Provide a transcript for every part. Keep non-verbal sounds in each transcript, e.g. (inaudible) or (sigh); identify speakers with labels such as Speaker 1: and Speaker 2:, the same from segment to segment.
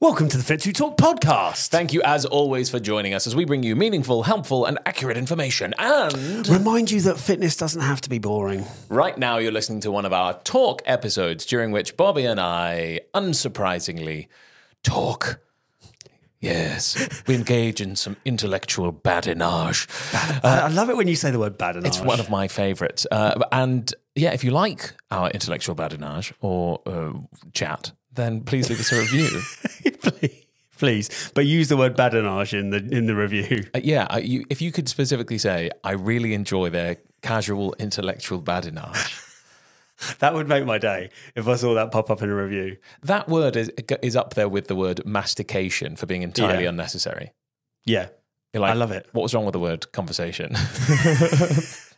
Speaker 1: Welcome to the Fit to Talk podcast.
Speaker 2: Thank you, as always, for joining us as we bring you meaningful, helpful, and accurate information. And
Speaker 1: Remind you that fitness doesn't have to be boring.
Speaker 2: right now, you're listening to one of our talk episodes during which Bobby and I, unsurprisingly, talk. Yes, we engage in some intellectual badinage.
Speaker 1: I- I love it when you say the word bad enough.
Speaker 2: It's one of my favorites. Uh, and yeah, if you like our intellectual badinage or uh, chat, then please leave us a review.
Speaker 1: (laughs) please, please, but use the word badinage in the in the review. (laughs)
Speaker 2: Uh, yeah, uh, you, if you could specifically say, I really enjoy their casual intellectual badinage.
Speaker 1: That would make my day if I saw that pop up in a review.
Speaker 2: That word is is up there with the word mastication for being entirely
Speaker 1: Yeah.
Speaker 2: unnecessary.
Speaker 1: Yeah,
Speaker 2: You're like,
Speaker 1: I love it.
Speaker 2: What was wrong with the word conversation? (laughs)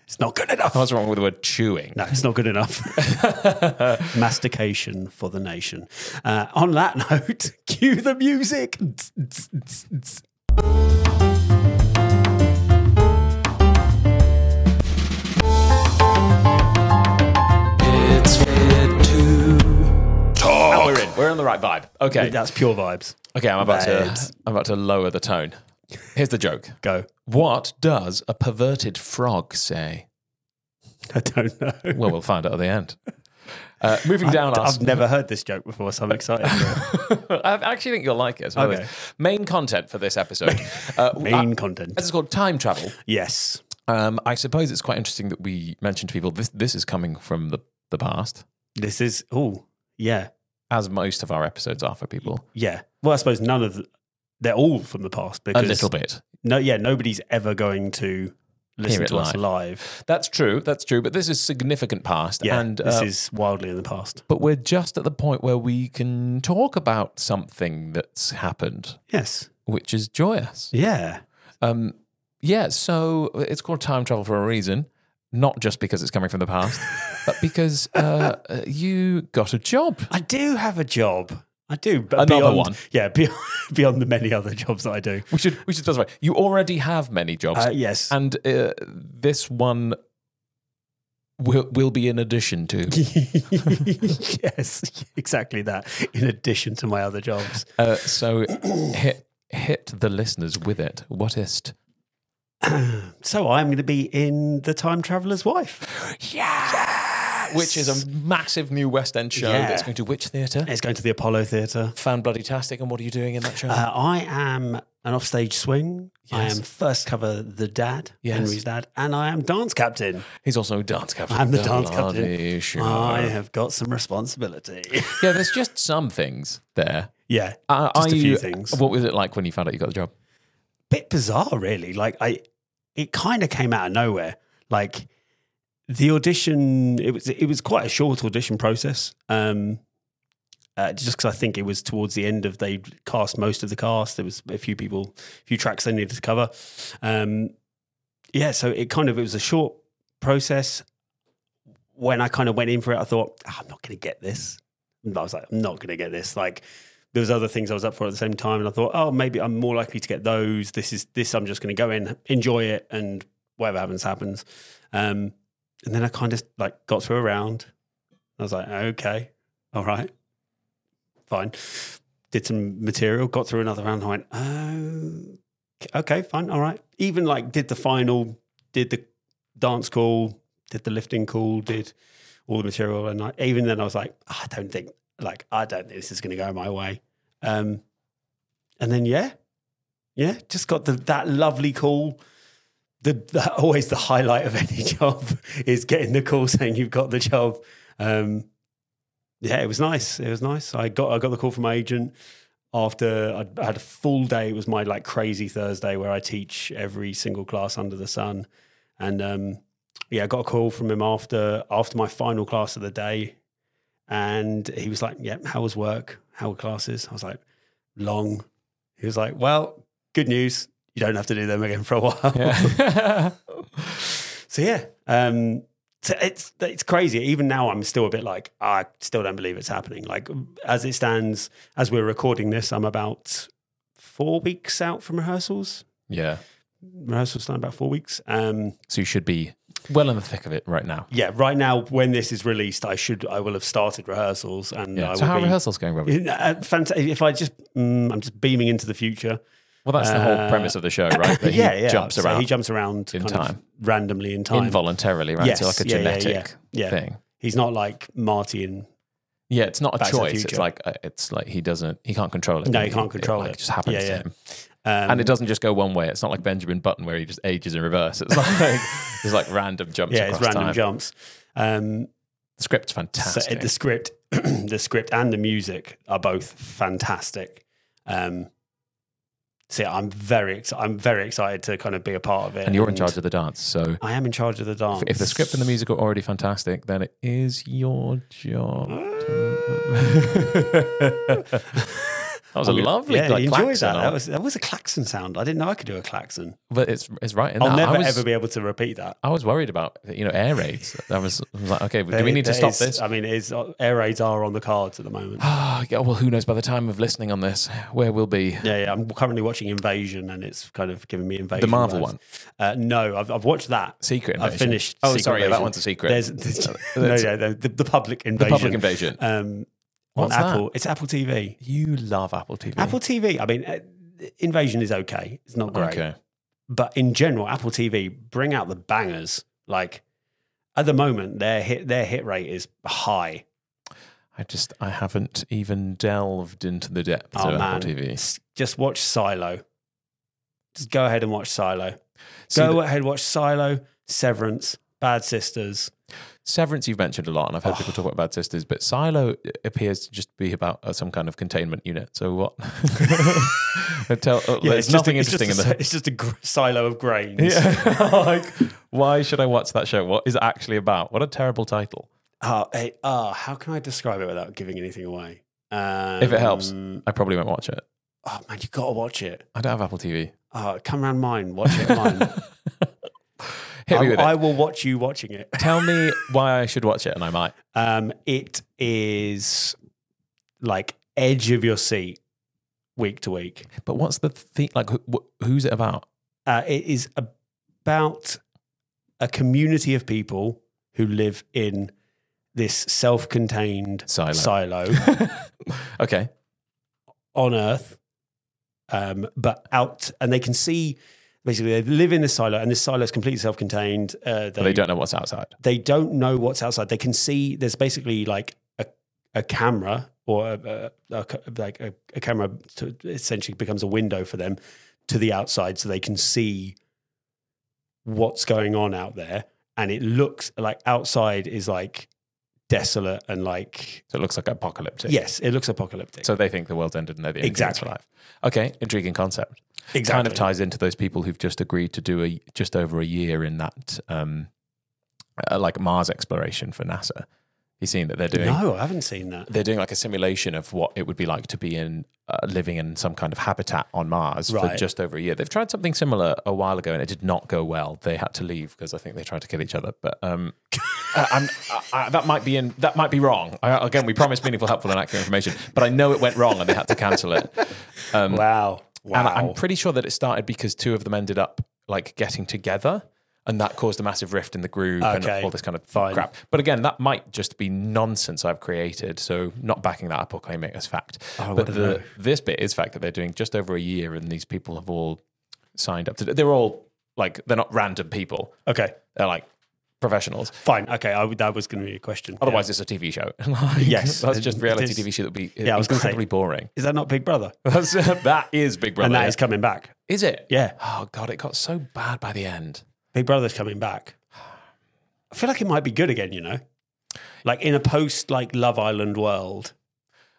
Speaker 1: It's not good enough.
Speaker 2: What's wrong with the word chewing?
Speaker 1: No, it's not good (laughs) enough. Mastication for the nation. Uh, on that (laughs) note, cue the music.
Speaker 2: It's fit to talk. we're in. We're on the right vibe. Okay.
Speaker 1: That's pure vibes.
Speaker 2: Okay. I'm about
Speaker 1: Vibes.
Speaker 2: to. I'm about to lower the tone. Here's the joke.
Speaker 1: Go.
Speaker 2: What does a perverted frog say?
Speaker 1: I don't know.
Speaker 2: Well, we'll find out at the end. Uh, moving down our
Speaker 1: I've never heard this joke before, so I'm excited. For it.
Speaker 2: (laughs) I actually think you'll like it. It's one of
Speaker 1: Okay.
Speaker 2: those- Main content for
Speaker 1: (laughs)
Speaker 2: this episode. Uh,
Speaker 1: Main
Speaker 2: uh,
Speaker 1: content.
Speaker 2: This is called time travel.
Speaker 1: Yes.
Speaker 2: Um, I suppose it's quite interesting that we mention to people this. This is coming from the the past,
Speaker 1: This is, oh, yeah.
Speaker 2: as most of our episodes are for people.
Speaker 1: Yeah. Well, I suppose none of the, they're all from the past
Speaker 2: A
Speaker 1: because
Speaker 2: little bit.
Speaker 1: No, yeah, nobody's ever going to listen
Speaker 2: it
Speaker 1: to us live.
Speaker 2: That's true. That's true. But this is significant past,
Speaker 1: Yeah,
Speaker 2: and
Speaker 1: this
Speaker 2: uh,
Speaker 1: is wildly in the past.
Speaker 2: but we're just at the point where we can talk about something that's happened,
Speaker 1: Yes.
Speaker 2: which is joyous.
Speaker 1: Yeah.
Speaker 2: Um, yeah, so it's called time travel for a reason, not just because it's coming from
Speaker 1: (laughs)
Speaker 2: the past, but because uh, uh, you got a job.
Speaker 1: I do have a job. I do. But
Speaker 2: Another
Speaker 1: beyond,
Speaker 2: one.
Speaker 1: Yeah, (laughs) beyond, beyond the many other jobs that I do.
Speaker 2: We should we should specify. You already have many jobs,
Speaker 1: Uh, yes.
Speaker 2: and uh, this one will will be in addition to.
Speaker 1: (laughs) yes, exactly that. In addition to my other jobs.
Speaker 2: Uh, so hit hit the listeners with it. Whatist?
Speaker 1: So I'm going to be in The Time Traveler's Wife.
Speaker 2: Yeah, which is a massive new West End show
Speaker 1: Yeah.
Speaker 2: that's going to which theatre?
Speaker 1: It's going to the Apollo Theatre.
Speaker 2: Fan bloody tastic. And what are you doing in that show?
Speaker 1: Uh, I am an offstage swing. I am first cover the dad,
Speaker 2: Yes.
Speaker 1: Henry's dad, and I am dance captain.
Speaker 2: He's also dance captain.
Speaker 1: I'm the dance Oh,
Speaker 2: Bloody
Speaker 1: captain.
Speaker 2: sure.
Speaker 1: I have got some responsibility. (laughs)
Speaker 2: Yeah, there's just some things there.
Speaker 1: yeah,
Speaker 2: Uh,
Speaker 1: just
Speaker 2: are
Speaker 1: a few
Speaker 2: you-
Speaker 1: things.
Speaker 2: What was it like when you found out you got the
Speaker 1: (laughs)
Speaker 2: job? (laughs)
Speaker 1: bit bizarre, really. Like I, it kind of came out of nowhere. Like the audition, it was it was quite a short audition process. Um, uh, just because I think it was towards the end of they cast most of the cast. There was a few people, a few tracks they needed to cover. Um, yeah, so it kind of it was a short process. When I kind of went in for it, I thought "Ah, I'm not going to get this. And I was like, I'm not going to get this. Like there was other things I was up for at the same time, and I thought, oh, maybe I'm more likely to get those. This is this. I'm just going to go in, enjoy it, and whatever happens, happens. Um, and then I kind of like got through a round. I was like, okay, all right, fine. Did some material, got through another round. I went, oh, okay, fine, all right. Even like did the final, did the dance call, did the lifting call, did all the material, and I, even then I was like, I don't think, like, I don't think this is going to go my way. Um, and then yeah, yeah, just got the that lovely call. The, the (laughs) always the highlight of any (laughs) job is getting the call (laughs) saying you've got the job. Um, yeah, it was nice. It was nice. I got I got the call from my agent after I'd- I had a full day. It was my like crazy Thursday where I teach every single class under the sun, and um, yeah, I got a call from him after after my final class of the day, and he was like, "Yeah, how was work? How were classes?" I was like, "Long." He was like, "Well, good news. You don't have to do them again for a (laughs) while."
Speaker 2: Yeah.
Speaker 1: So yeah, um, so it's it's crazy. Even now, I'm still a bit like I still don't believe it's happening. Like as it stands, as we're recording this, I'm about four weeks out from rehearsals.
Speaker 2: yeah.
Speaker 1: Rehearsals start in about four weeks. Um,
Speaker 2: So you should be well in the thick of it right now.
Speaker 1: yeah, right now when this is released, I should I will have started rehearsals and I
Speaker 2: Yeah.
Speaker 1: will
Speaker 2: So how are
Speaker 1: be,
Speaker 2: rehearsals going, Robbie?
Speaker 1: Uh, fanta- If I just mm, I'm just beaming into the future.
Speaker 2: Well, that's the whole
Speaker 1: Uh,
Speaker 2: premise of the
Speaker 1: (laughs)
Speaker 2: show, right? That
Speaker 1: yeah,
Speaker 2: he
Speaker 1: yeah.
Speaker 2: jumps
Speaker 1: So
Speaker 2: around
Speaker 1: he jumps around
Speaker 2: in
Speaker 1: kind
Speaker 2: time.
Speaker 1: of randomly in time.
Speaker 2: involuntarily, right?
Speaker 1: Yes,
Speaker 2: so like a
Speaker 1: yeah, yeah, yeah,
Speaker 2: genetic
Speaker 1: yeah.
Speaker 2: thing.
Speaker 1: He's not like Marty and
Speaker 2: Yeah, it's not a
Speaker 1: Back to the
Speaker 2: choice. It's
Speaker 1: Future.
Speaker 2: like uh, it's like he doesn't, he can't control it.
Speaker 1: No, he can't control
Speaker 2: like,
Speaker 1: it.
Speaker 2: just happens
Speaker 1: Yeah,
Speaker 2: to
Speaker 1: yeah.
Speaker 2: him,
Speaker 1: um,
Speaker 2: and it doesn't just go one way. It's not like Benjamin Button where he just ages in reverse. It's (laughs) like it's like random jumps.
Speaker 1: yeah, it's
Speaker 2: across
Speaker 1: random
Speaker 2: time.
Speaker 1: jumps. Um,
Speaker 2: The script's
Speaker 1: so
Speaker 2: fantastic.
Speaker 1: it- the script, (clears throat) the script and the music are both fantastic. Um, so yeah, I'm very excited. I'm very excited to kind of be a part of it.
Speaker 2: and you're in charge of the dance, so.
Speaker 1: I am in charge of the dance.
Speaker 2: If the script and the music are already fantastic, then it is your job.
Speaker 1: Mm. (laughs)
Speaker 2: that was a
Speaker 1: I'm gonna-
Speaker 2: lovely
Speaker 1: Oh, yeah,
Speaker 2: like,
Speaker 1: you enjoyed
Speaker 2: klaxon
Speaker 1: that.
Speaker 2: on-
Speaker 1: That was that was a klaxon sound. I didn't know I could do a klaxon.
Speaker 2: but it's it's right in
Speaker 1: I'll
Speaker 2: that. I
Speaker 1: never
Speaker 2: was-
Speaker 1: ever be able to repeat that.
Speaker 2: I was worried about you know air raids. I was, I was like, okay, do we
Speaker 1: There-
Speaker 2: need to
Speaker 1: there
Speaker 2: stop
Speaker 1: is-
Speaker 2: this?
Speaker 1: I mean, it is uh, air raids are on the cards at the
Speaker 2: (gasps)
Speaker 1: moment.
Speaker 2: Ah, yeah, well, who knows? By the time of listening on this, where we'll be.
Speaker 1: Yeah, yeah, I'm currently watching Invasion, and it's kind of giving me Invasion.
Speaker 2: The Marvel
Speaker 1: vibes.
Speaker 2: one,
Speaker 1: Uh, no, I've, I've watched that.
Speaker 2: Secret
Speaker 1: I've
Speaker 2: Invasion.
Speaker 1: finished.
Speaker 2: Oh,
Speaker 1: Secret
Speaker 2: sorry, yeah, that
Speaker 1: Invasion.
Speaker 2: one's a secret.
Speaker 1: There's, (laughs) no,
Speaker 2: that's-
Speaker 1: yeah, the, the, the public
Speaker 2: the
Speaker 1: invasion.
Speaker 2: Public Invasion.
Speaker 1: Um, on
Speaker 2: What's that?
Speaker 1: Apple, it's Apple TV.
Speaker 2: You love Apple TV.
Speaker 1: Apple TV. I mean, uh, Invasion is okay. It's not great,
Speaker 2: Okay.
Speaker 1: but in general, Apple TV bring out the bangers. Like at the moment, their hit their hit rate is high.
Speaker 2: I just I haven't even delved into the depths
Speaker 1: Oh
Speaker 2: of
Speaker 1: man,
Speaker 2: Apple TV.
Speaker 1: S- just watch Silo. Just go ahead and watch Silo.
Speaker 2: See,
Speaker 1: go
Speaker 2: the-
Speaker 1: ahead, watch Silo, Severance, Bad Sisters.
Speaker 2: Severance you've mentioned a lot, and I've heard
Speaker 1: (sighs)
Speaker 2: people talk about Bad Sisters, but Silo appears to just be about uh, some kind of containment unit. So what?
Speaker 1: (laughs)
Speaker 2: (laughs) Tell, uh, there's nothing interesting in the (laughs)
Speaker 1: (laughs) It's just a Oh, gr- silo of grains. (laughs)
Speaker 2: Yeah. like, why should I watch that show? What is it actually about? What a terrible title.
Speaker 1: Oh, eh, oh, how can I describe it without giving anything away? Um,
Speaker 2: If it helps.
Speaker 1: Oh
Speaker 2: I probably won't watch it.
Speaker 1: man, you gotta watch it.
Speaker 2: I don't have Apple TV.
Speaker 1: Oh, come round mine, watch it at (laughs) mine.
Speaker 2: Hit me with
Speaker 1: I, I
Speaker 2: it.
Speaker 1: will watch you watching it.
Speaker 2: Tell (laughs) me why I should watch it, and I might.
Speaker 1: Um, it is like edge of your seat week to week.
Speaker 2: But what's the thing? Like, who, wh- who's it about?
Speaker 1: Uh, it is about a community of people who live in this self-contained
Speaker 2: Silo.
Speaker 1: silo
Speaker 2: (laughs) okay.
Speaker 1: on Earth, um, but out, and they can see. Basically, they live in this silo, and this silo is completely self-contained. Uh,
Speaker 2: But they don't know what's outside.
Speaker 1: they don't know what's outside. They can see there's basically like a, a camera or a, a, a ca- like a, a camera to, essentially becomes a window for them to the outside, so they can see what's going on out there. And it looks like outside is like desolate and like
Speaker 2: So it looks like apocalyptic.
Speaker 1: yes, it looks apocalyptic.
Speaker 2: So they think the world's ended and they're the only things
Speaker 1: Exactly.
Speaker 2: alive. Okay. Intriguing concept. Kind of ties into those people who've just agreed to do a just over a year in that, um, uh, like Mars exploration for NASA. You've seen that they're doing.
Speaker 1: No, I haven't seen that.
Speaker 2: they're doing like a simulation of what it would be like to be in uh, living in some kind of habitat on Mars for
Speaker 1: Right.
Speaker 2: just over a year. They've tried something similar a while ago and it did not go well. They had to leave because I think they tried to kill each other. But um, (laughs) I, I'm, I, I, that might be in that might be wrong. I, again, we promised meaningful, helpful, and accurate information, but I know it went wrong and they had to cancel it.
Speaker 1: Wow, wow.
Speaker 2: And I'm pretty sure that it started because two of them ended up like getting together. And that caused a massive rift in the group
Speaker 1: Okay.
Speaker 2: and all this kind of
Speaker 1: Fine.
Speaker 2: crap. But again, that might just be nonsense I've created. So not backing that up or claiming it as fact.
Speaker 1: Oh,
Speaker 2: but the, this bit is fact that they're doing just over a year and these people have all signed up to They're all like, they're not random people.
Speaker 1: okay,
Speaker 2: They're like professionals.
Speaker 1: fine. Okay, I, would- that was going to be a question. Yeah.
Speaker 2: Otherwise, it's a TV show. (laughs) Like,
Speaker 1: Yes.
Speaker 2: That's just
Speaker 1: It
Speaker 2: reality
Speaker 1: is-
Speaker 2: TV show that would be
Speaker 1: I was gonna say-
Speaker 2: incredibly boring. (laughs)
Speaker 1: is that not Big Brother?
Speaker 2: That's, that is Big Brother.
Speaker 1: and that is coming back.
Speaker 2: is it?
Speaker 1: Yeah.
Speaker 2: Oh God, it got so bad by the end.
Speaker 1: Big Brother's coming back. I feel like it might be good again, you know? Like in a post like Love Island world.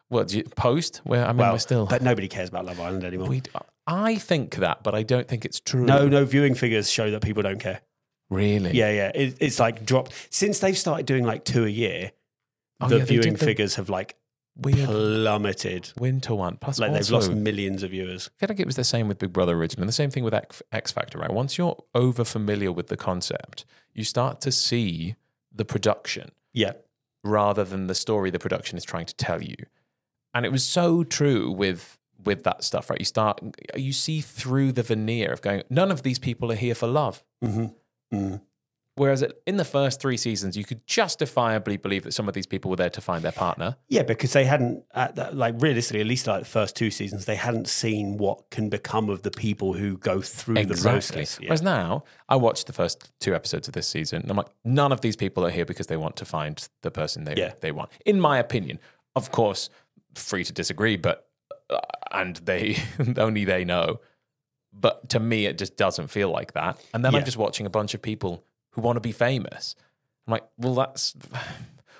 Speaker 2: Well, do you, post where I mean
Speaker 1: Well,
Speaker 2: we're still.
Speaker 1: But nobody cares about Love Island anymore.
Speaker 2: we, I think that, but I don't think it's true.
Speaker 1: no, no viewing figures show that people don't care.
Speaker 2: really.
Speaker 1: Yeah, yeah. It, it's like dropped since they've started doing like two a year,
Speaker 2: Oh,
Speaker 1: the
Speaker 2: yeah, they did
Speaker 1: viewing
Speaker 2: the
Speaker 1: figures have like
Speaker 2: Weird
Speaker 1: plummeted.
Speaker 2: winter one. Plus,
Speaker 1: Like
Speaker 2: also,
Speaker 1: they've lost millions of viewers.
Speaker 2: I feel like it was the same with Big Brother originally, and the same thing with X, X Factor. Right, once you're over familiar with the concept, you start to see the production
Speaker 1: Yeah.
Speaker 2: rather than the story the production is trying to tell you. And it was so true with with that stuff, right? You start you see through the veneer of going, none of these people are here for love.
Speaker 1: Mm-hmm. Mm.
Speaker 2: Whereas it- in the first three seasons, you could justifiably believe that some of these people were there to find their partner.
Speaker 1: Yeah, because they hadn't, at that, like, realistically, at least like the first two seasons, they hadn't seen what can become of the people who go through the process. Yeah.
Speaker 2: Whereas now, I watched the first two episodes of this season, and I'm like, none of these people are here because they want to find the person they
Speaker 1: Yeah.
Speaker 2: they want. In my opinion, of course, free to disagree, but uh, and they (laughs) only they know. But to me, it just doesn't feel like that. And then
Speaker 1: Yeah.
Speaker 2: I'm just watching a bunch of people who want to be famous. I'm like, well, that's (sighs)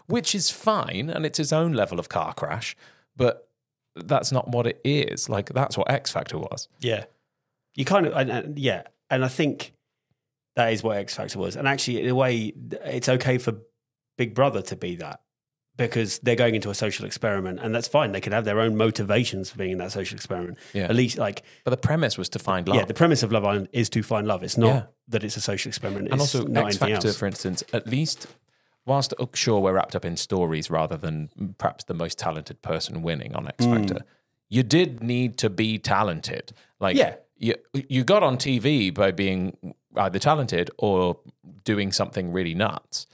Speaker 2: which is fine, and it's its own level of car crash, but that's not what it is. Like that's what X Factor was.
Speaker 1: Yeah. You kind of, and, and, yeah. And I think that is what X Factor was. And actually, in a way, it's okay for Big Brother to be that because they're going into a social experiment and that's fine. They can have their own motivations for being in that social experiment.
Speaker 2: Yeah.
Speaker 1: At least, like,
Speaker 2: But the premise was to find love.
Speaker 1: yeah, the premise of Love Island is to find love. It's not
Speaker 2: Yeah.
Speaker 1: that it's a social experiment.
Speaker 2: and
Speaker 1: it's
Speaker 2: also
Speaker 1: not
Speaker 2: X
Speaker 1: anything
Speaker 2: Factor,
Speaker 1: else.
Speaker 2: for instance, at least whilst sure we're wrapped up in stories rather than perhaps the most talented person winning on
Speaker 1: Hmm.
Speaker 2: X Factor, you did need to be talented. Like,
Speaker 1: Yeah.
Speaker 2: you you got on TV by being either talented or doing something really nuts.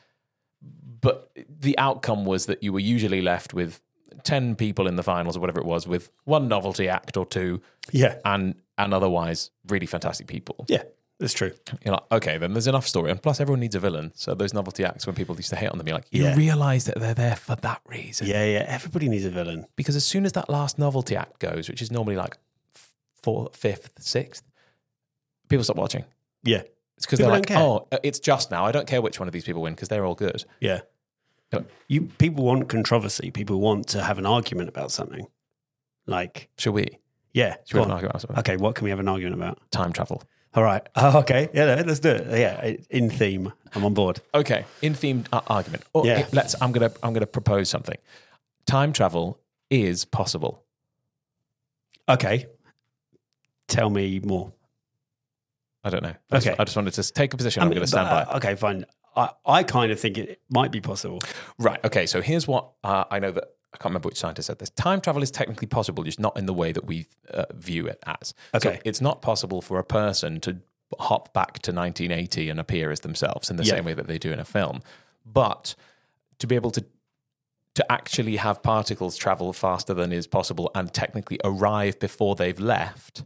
Speaker 2: But the outcome was that you were usually left with ten people in the finals or whatever it was, with one novelty act or two,
Speaker 1: yeah.
Speaker 2: and and otherwise really fantastic people
Speaker 1: Yeah. That's true.
Speaker 2: you're like, okay, then there's enough story. And plus, everyone needs a villain. So those novelty acts, when people used to hate on them, you're like, you
Speaker 1: Yeah.
Speaker 2: realize that they're there for that reason.
Speaker 1: Yeah. Yeah. Everybody needs a villain.
Speaker 2: Because as soon as that last novelty act goes, which is normally like f- fourth, fifth, sixth, people stop watching.
Speaker 1: Yeah.
Speaker 2: It's because they're
Speaker 1: People
Speaker 2: like,
Speaker 1: don't care.
Speaker 2: oh, uh, it's just now. I don't care which one of these people win because they're all good.
Speaker 1: Yeah.
Speaker 2: Yep.
Speaker 1: You people want controversy. People want to have an argument about something. Like,
Speaker 2: Should we?
Speaker 1: yeah.
Speaker 2: Should we
Speaker 1: go
Speaker 2: have
Speaker 1: on.
Speaker 2: an
Speaker 1: Uh,
Speaker 2: argument about something?
Speaker 1: Okay, what can we have an argument about?
Speaker 2: Time travel.
Speaker 1: All right. (laughs) Oh, okay. Yeah, no, let's do it. Yeah, in theme. I'm on board.
Speaker 2: Okay, in themed uh, argument. Or
Speaker 1: Yeah.
Speaker 2: Let's. I'm gonna. I'm gonna propose something. Time travel is possible.
Speaker 1: Okay. Tell me more.
Speaker 2: I don't know. I
Speaker 1: Okay.
Speaker 2: Just, I just wanted to s- take a position. I'm
Speaker 1: mean,
Speaker 2: going to stand by. it.
Speaker 1: but, uh, Okay, fine. I, I kind of think it might be possible.
Speaker 2: Right. Okay. So here's what uh, I know that I can't remember which scientist said this. Time travel is technically possible, just not in the way that we uh, view it as. So
Speaker 1: Okay.
Speaker 2: it's not possible for a person to hop back to 1980 and appear as themselves in the
Speaker 1: Yeah.
Speaker 2: same way that they do in a film, but to be able to to actually have particles travel faster than is possible and technically arrive before they've left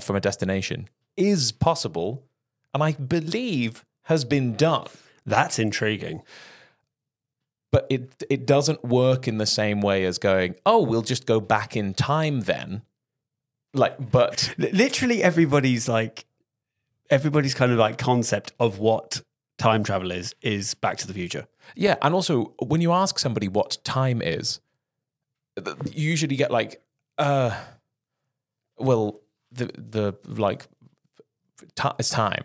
Speaker 2: from a destination is possible, and I believe has been done
Speaker 1: That's intriguing.
Speaker 2: but it it doesn't work in the same way as going oh we'll just go back in time then like but
Speaker 1: Li- Literally, everybody's like, everybody's kind of like concept of what time travel is is Back to the Future.
Speaker 2: yeah and also when you ask somebody what time is th- you usually get like uh well the the like ti
Speaker 1: (laughs)
Speaker 2: it's time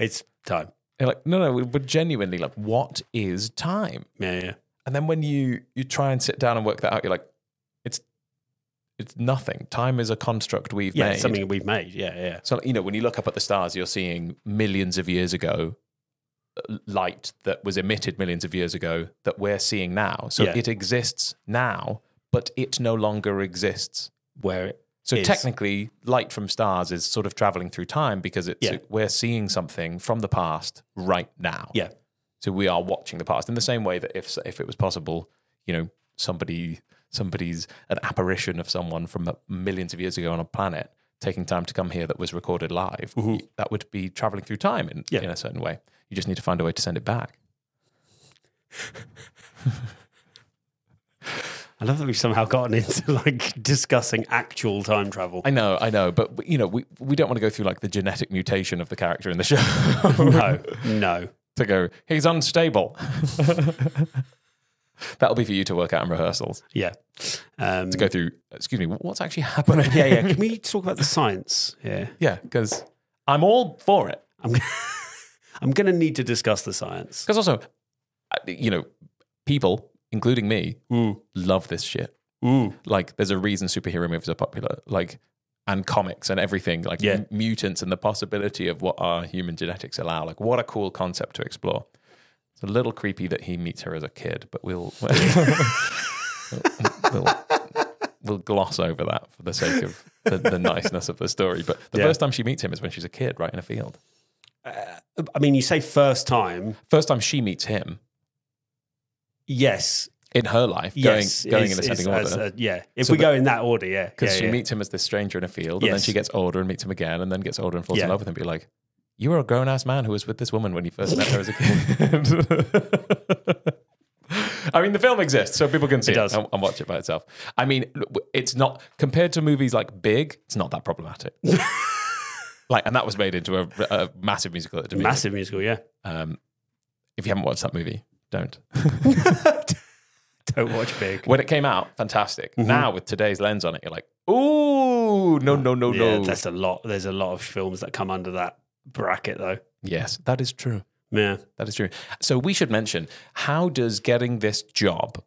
Speaker 1: It's time.
Speaker 2: You're like no no but genuinely like what is time
Speaker 1: Yeah, yeah.
Speaker 2: and then when you you try and sit down and work that out you're like it's it's nothing time is a construct we've
Speaker 1: Yeah,
Speaker 2: made
Speaker 1: it's something we've made. Yeah, yeah.
Speaker 2: So, you know, when you look up at the stars, you're seeing millions of years ago uh, light that was emitted millions of years ago that we're seeing now. So
Speaker 1: Yeah.
Speaker 2: it exists now, but it no longer exists.
Speaker 1: Where it
Speaker 2: So
Speaker 1: Is.
Speaker 2: technically, light from stars is sort of traveling through time because it's
Speaker 1: Yeah.
Speaker 2: we're seeing something from the past right now.
Speaker 1: Yeah.
Speaker 2: So we are watching the past in the same way that if if it was possible, you know, somebody somebody's an apparition of someone from uh, millions of years ago on a planet taking time to come here that was recorded live. That would be traveling through time in,
Speaker 1: Mm-hmm. Yeah.
Speaker 2: in a certain way. You just need to find a way to send it back.
Speaker 1: I love that we've somehow gotten (laughs) into like discussing actual time travel.
Speaker 2: I know, I know, but you know, we we don't want to go through like the genetic mutation of the character in the show (laughs)
Speaker 1: No, no.
Speaker 2: to go. He's unstable. (laughs) That'll be for you to work out in rehearsals.
Speaker 1: Yeah. Um,
Speaker 2: To go through, excuse me, what's actually happening?
Speaker 1: yeah, yeah. Can we talk about the science? Yeah.
Speaker 2: Yeah, because I'm all for it.
Speaker 1: I'm, I'm going to need to discuss the science.
Speaker 2: Because also, I- you know, people, including me, love this shit.
Speaker 1: Ooh.
Speaker 2: Like, there's a reason superhero movies are popular. Like, and comics and everything, like
Speaker 1: Yeah.
Speaker 2: m- mutants and the possibility of what our human genetics allow. Like, what a cool concept to explore. It's a little creepy that he meets her as a kid, but we'll (laughs) we'll, we'll gloss over that for the sake of the, the niceness of the story. But the
Speaker 1: Yeah.
Speaker 2: first time she meets him is when she's a kid, right in a field.
Speaker 1: I mean, you say first time.
Speaker 2: First time she meets him
Speaker 1: Yes.
Speaker 2: in her life,
Speaker 1: Yes.
Speaker 2: going, going
Speaker 1: is-
Speaker 2: in
Speaker 1: is
Speaker 2: ascending
Speaker 1: as
Speaker 2: order.
Speaker 1: a- yeah. If
Speaker 2: So
Speaker 1: we
Speaker 2: the-
Speaker 1: go in that order, yeah.
Speaker 2: Because
Speaker 1: yeah,
Speaker 2: she
Speaker 1: yeah.
Speaker 2: meets him as this stranger in a field, and then
Speaker 1: Yes.
Speaker 2: she gets older and meets him again, and then gets older and falls
Speaker 1: Yeah.
Speaker 2: in love with him. Be like, you were a grown ass man who was with this woman when you first met her as a kid. (laughs) I mean, the film exists, so people can see it,
Speaker 1: does.
Speaker 2: And, and watch it by itself. I mean, it's not compared to movies like Big, it's not that
Speaker 1: (laughs)
Speaker 2: problematic. like, and that was made into a, a massive musical. At Mass-
Speaker 1: Massive musical, yeah. (laughs)
Speaker 2: um, if you haven't watched that movie, don't.
Speaker 1: Don't watch Big.
Speaker 2: When it came out, fantastic.
Speaker 1: Mm-hmm.
Speaker 2: Now with today's lens on it, you're like, ooh, no, no, no,
Speaker 1: Yeah,
Speaker 2: no.
Speaker 1: that's a lot. There's a lot of films that come under that bracket, though.
Speaker 2: Yes, that is true.
Speaker 1: Yeah.
Speaker 2: That is true. So we should mention how does getting this job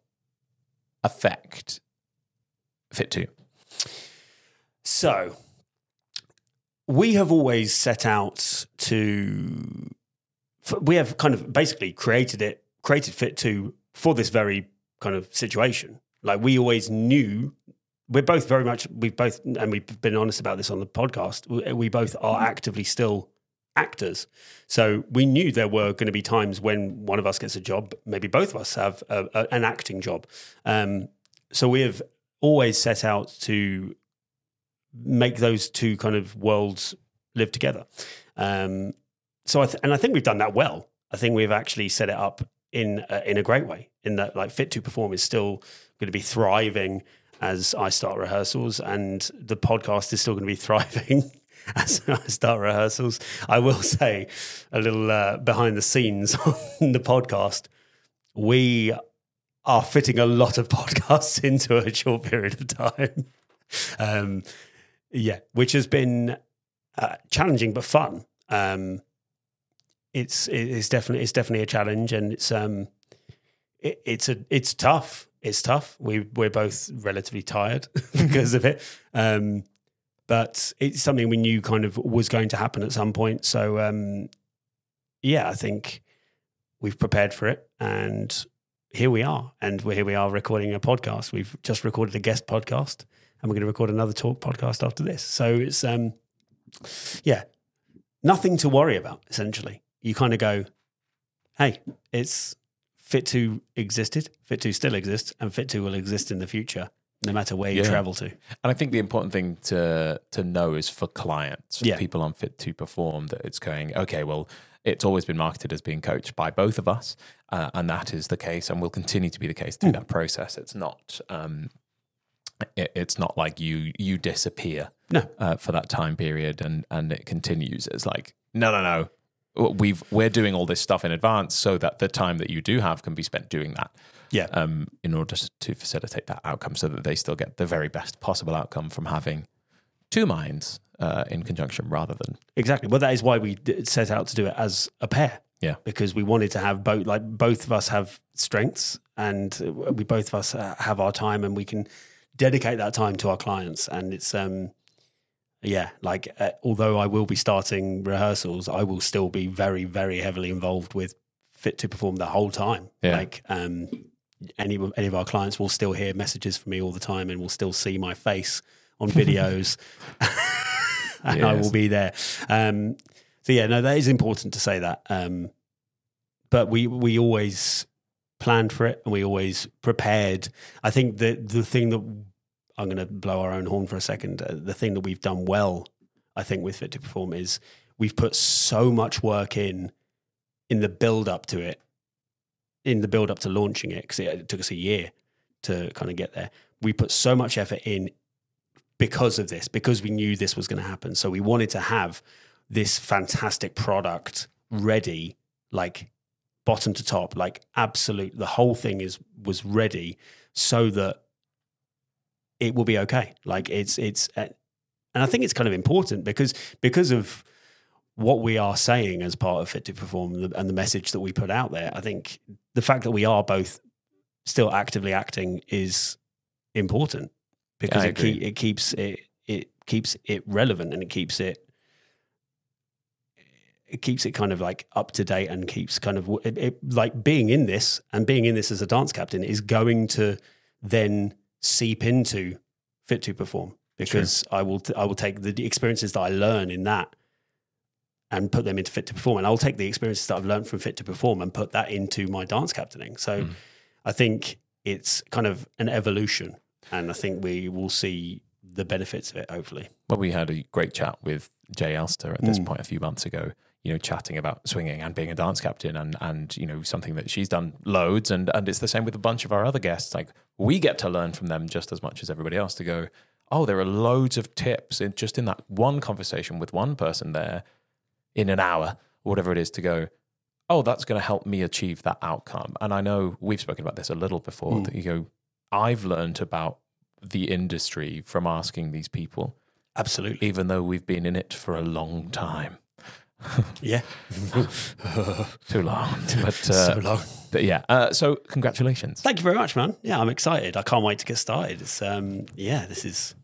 Speaker 2: affect Fit Two?
Speaker 1: So we have always set out to, f- we have kind of basically created it, created Fit 2 for this very kind of situation. Like we always knew, we're both very much, we've both, and we've been honest about this on the podcast, we, we both are actively still actors. So we knew there were going to be times when one of us gets a job, maybe both of us have a, a- an acting job. Um, so we have always set out to make those two kind of worlds live together. Um, so, I th- and I think we've done that well. I think we've actually set it up in uh, in a great way. In that, like Fit to Perform is still going to be thriving as I start rehearsals, and the podcast is still going to be (laughs) thriving. As I start rehearsals, I will (laughs) say a little uh, behind the scenes (laughs) on the podcast. We are fitting a lot of (laughs) podcasts into a short period of time. Um, yeah, which has been uh, challenging but fun. Um, it's it- it's definitely it's definitely a challenge, and it's um, it, it's a it's tough. It's tough. We we're both relatively tired (laughs) because of it, um, but it's something we knew kind of was going to happen at some point. So um, yeah, I think we've prepared for it, and here we are, and we're, here we are recording a podcast. We've just recorded a guest podcast and we're going to record another talk podcast after this. So it's um, yeah, nothing to worry about. Essentially, you kind of go, hey, it's Fit Two existed, Fit Two still exists, and Fit Two will exist in the future, no matter where you
Speaker 2: Yeah.
Speaker 1: travel to.
Speaker 2: And I think the important thing to to know is for clients, for
Speaker 1: Yeah.
Speaker 2: people on Fit to Perform, that it's going okay. Well, it's always been marketed as being coached by both of us, uh, and that is the case, and will continue to be the case
Speaker 1: Hmm.
Speaker 2: through that process. It's not um, it, it's not like you you disappear
Speaker 1: No.
Speaker 2: uh, for that time period, and and it continues. It's like no, no, no. We've we're doing all this stuff in advance so that the time that you do have can be spent doing that
Speaker 1: Yeah,
Speaker 2: um, in order to- to facilitate that outcome so that they still get the very best possible outcome from having two minds uh, in conjunction rather than
Speaker 1: exactly. Well, that is why we d- set out to do it as a pair.
Speaker 2: Yeah.
Speaker 1: because we wanted to have both. Like both of us have strengths, and uh, we both of us uh, have our time, and we can dedicate that time to our clients. And it's um, yeah, like uh, although I will be starting rehearsals, I will still be very, very heavily involved with Fit to Perform the whole time.
Speaker 2: Yeah.
Speaker 1: Like um, any any of our clients will still hear messages from me all the time, and will still see my face on videos, (laughs) and I
Speaker 2: Yes.
Speaker 1: will be there. Um, so yeah, no, that is important to say that. Um, but we we always planned for it, and we always prepared. I think the the thing that I'm going to blow our own horn for a second. Uh, The thing that we've done well, I think, with Fit to Perform is we've put so much work in in the build up to it, in the build up to launching it, because it, it took us a year to kind of get there. We put so much effort in because of this, because we knew this was going to happen. So we wanted to have this fantastic product ready, like bottom to top, like absolute. The whole thing is was ready so that it will be okay. Like it's it's, uh, and I think it's kind of important because because of what we are saying as part of Fit to Perform and the- and the message that we put out there. I think the fact that we are both still actively acting is important because
Speaker 2: I
Speaker 1: it, keep,
Speaker 2: agree.
Speaker 1: it keeps it it keeps it relevant and it keeps it it keeps it kind of like up to date and keeps kind of it, it, like being in this and being in this as a dance captain is going to then seep into fit to perform because I will t- I will take the experiences that I learn in that and put them into fit to perform. And I'll take the experiences that I've learned from fit to perform and put that into my dance captaining. So I think it's kind of an evolution. And I think we will see the benefits of it, hopefully.
Speaker 2: Well, we had a great chat with Jay Alster at this point a few months ago. You know, chatting about swinging and being a dance captain, and and you know something that she's done loads, and and it's the same with a bunch of our other guests. Like we get to learn from them just as much as everybody else. To go, oh, there are loads of tips in just in that one conversation with one person there, in an hour or whatever it is. To go, oh, that's going to help me achieve that outcome. And I know we've spoken about this a little before. That you go, I've learned about the industry from asking these people
Speaker 1: Absolutely.
Speaker 2: even though we've been in it for a long time.
Speaker 1: Yeah.
Speaker 2: Too long. (laughs) But, uh,
Speaker 1: so long.
Speaker 2: but yeah, uh, so congratulations.
Speaker 1: Thank you very much, man. Yeah, I'm excited. I can't wait to get started. It's um yeah, this is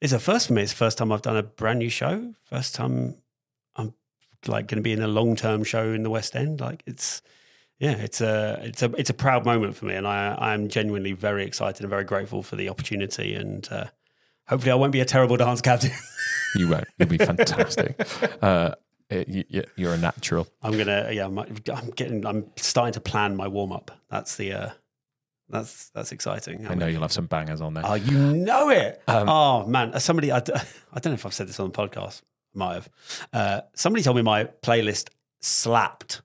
Speaker 1: it's a first for me. It's the first time I've done a brand new show. First time I'm like going to be in a long term show in the West End. Like it's yeah, it's a it's a it's a proud moment for me, and I I am genuinely very excited and very grateful for the opportunity. And uh, hopefully, I won't be a terrible dance captain. (laughs)
Speaker 2: You won't. You'll (laughs) be fantastic. uh, it, you- you, you're a natural.
Speaker 1: I'm gonna yeah, I'm, I'm getting I'm starting to plan my warm up. That's the uh, that's that's exciting.
Speaker 2: I know you'll have some bangers on there.
Speaker 1: Oh, you know it.
Speaker 2: Um,
Speaker 1: oh man, Uh, somebody I, d- I don't know if I've said this on the podcast. Might have. Uh, somebody told me my playlist slapped.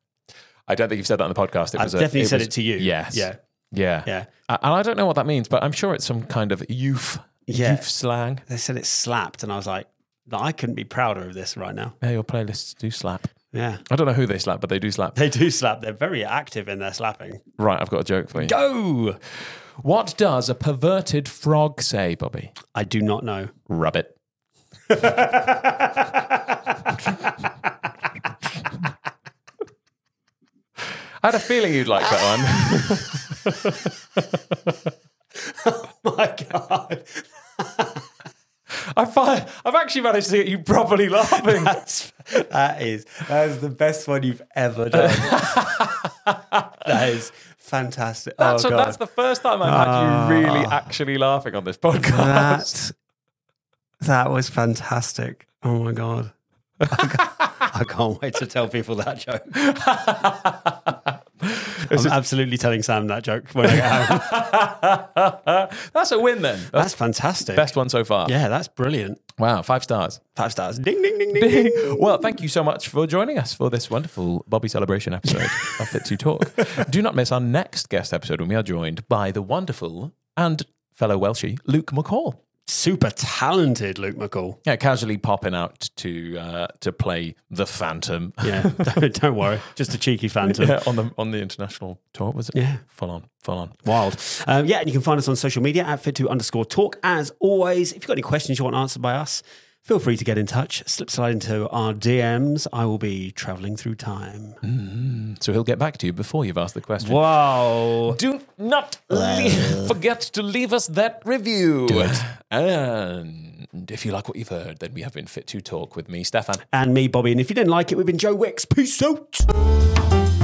Speaker 2: I don't think you've said that on the podcast. It
Speaker 1: I've
Speaker 2: was a-
Speaker 1: definitely said
Speaker 2: was-
Speaker 1: it to you.
Speaker 2: Yes.
Speaker 1: Yeah.
Speaker 2: Yeah.
Speaker 1: Yeah.
Speaker 2: Uh, and I don't know what that means, but I'm sure it's some kind of youth,
Speaker 1: Yeah.
Speaker 2: youth slang.
Speaker 1: They said it slapped, and I was like, "No, I couldn't be prouder of this right now.
Speaker 2: Yeah, your playlists do slap.
Speaker 1: Yeah.
Speaker 2: I don't know who they slap, but they do slap.
Speaker 1: They do slap. They're very active in their slapping.
Speaker 2: Right, I've got a joke for you.
Speaker 1: Go.
Speaker 2: What does a perverted frog say, Bobby?
Speaker 1: I do not know. (laughs)
Speaker 2: Rabbit. I had a feeling you'd like that one.
Speaker 1: My God,
Speaker 2: I fi- I've actually managed to get you properly laughing.
Speaker 1: that's that is that is the best one you've ever
Speaker 2: (laughs)
Speaker 1: done. that is fantastic.
Speaker 2: That's,
Speaker 1: oh God. Ah.
Speaker 2: that's the first time I've had you really actually laughing on this podcast. (laughs)
Speaker 1: That (laughs) that was fantastic. Oh my god. I can't, I can't wait to tell people that (laughs) joke. I'm absolutely telling Sam that joke when I get (laughs) home.
Speaker 2: that's a win then. That's
Speaker 1: That's fantastic.
Speaker 2: best one so far.
Speaker 1: Yeah, that's brilliant.
Speaker 2: Wow, five stars.
Speaker 1: Five stars. Ding, ding, ding, ding, ding.
Speaker 2: (laughs) well, thank you so much for joining us for this wonderful Bobby Celebration episode of Fit to (laughs) Talk. Do not miss our next guest episode when we are joined by the wonderful and fellow Welshie, Luke McCall.
Speaker 1: Super talented Luke McCall.
Speaker 2: Yeah, casually popping out to uh, to play the Phantom
Speaker 1: (laughs) Yeah, don't, don't worry. Just a cheeky phantom.
Speaker 2: (laughs) Yeah, on the on the international tour. Was it?
Speaker 1: Yeah.
Speaker 2: full on, full on.
Speaker 1: Wild. Um, yeah, and you can find us on social media at fit2 underscore talk. As always, if you've got any questions you want answered by us, feel free to get in touch. Slip slide into our DMs. I will be traveling through time.
Speaker 2: So he'll get back to you before you've asked the question.
Speaker 1: Wow.
Speaker 2: Do not le- (laughs) forget to leave us that review. Do it. And if you like what you've heard, then we have been fit to talk with me, Stefan.
Speaker 1: And me, Bobby. And if you didn't like it, we've been Joe Wicks. Peace out.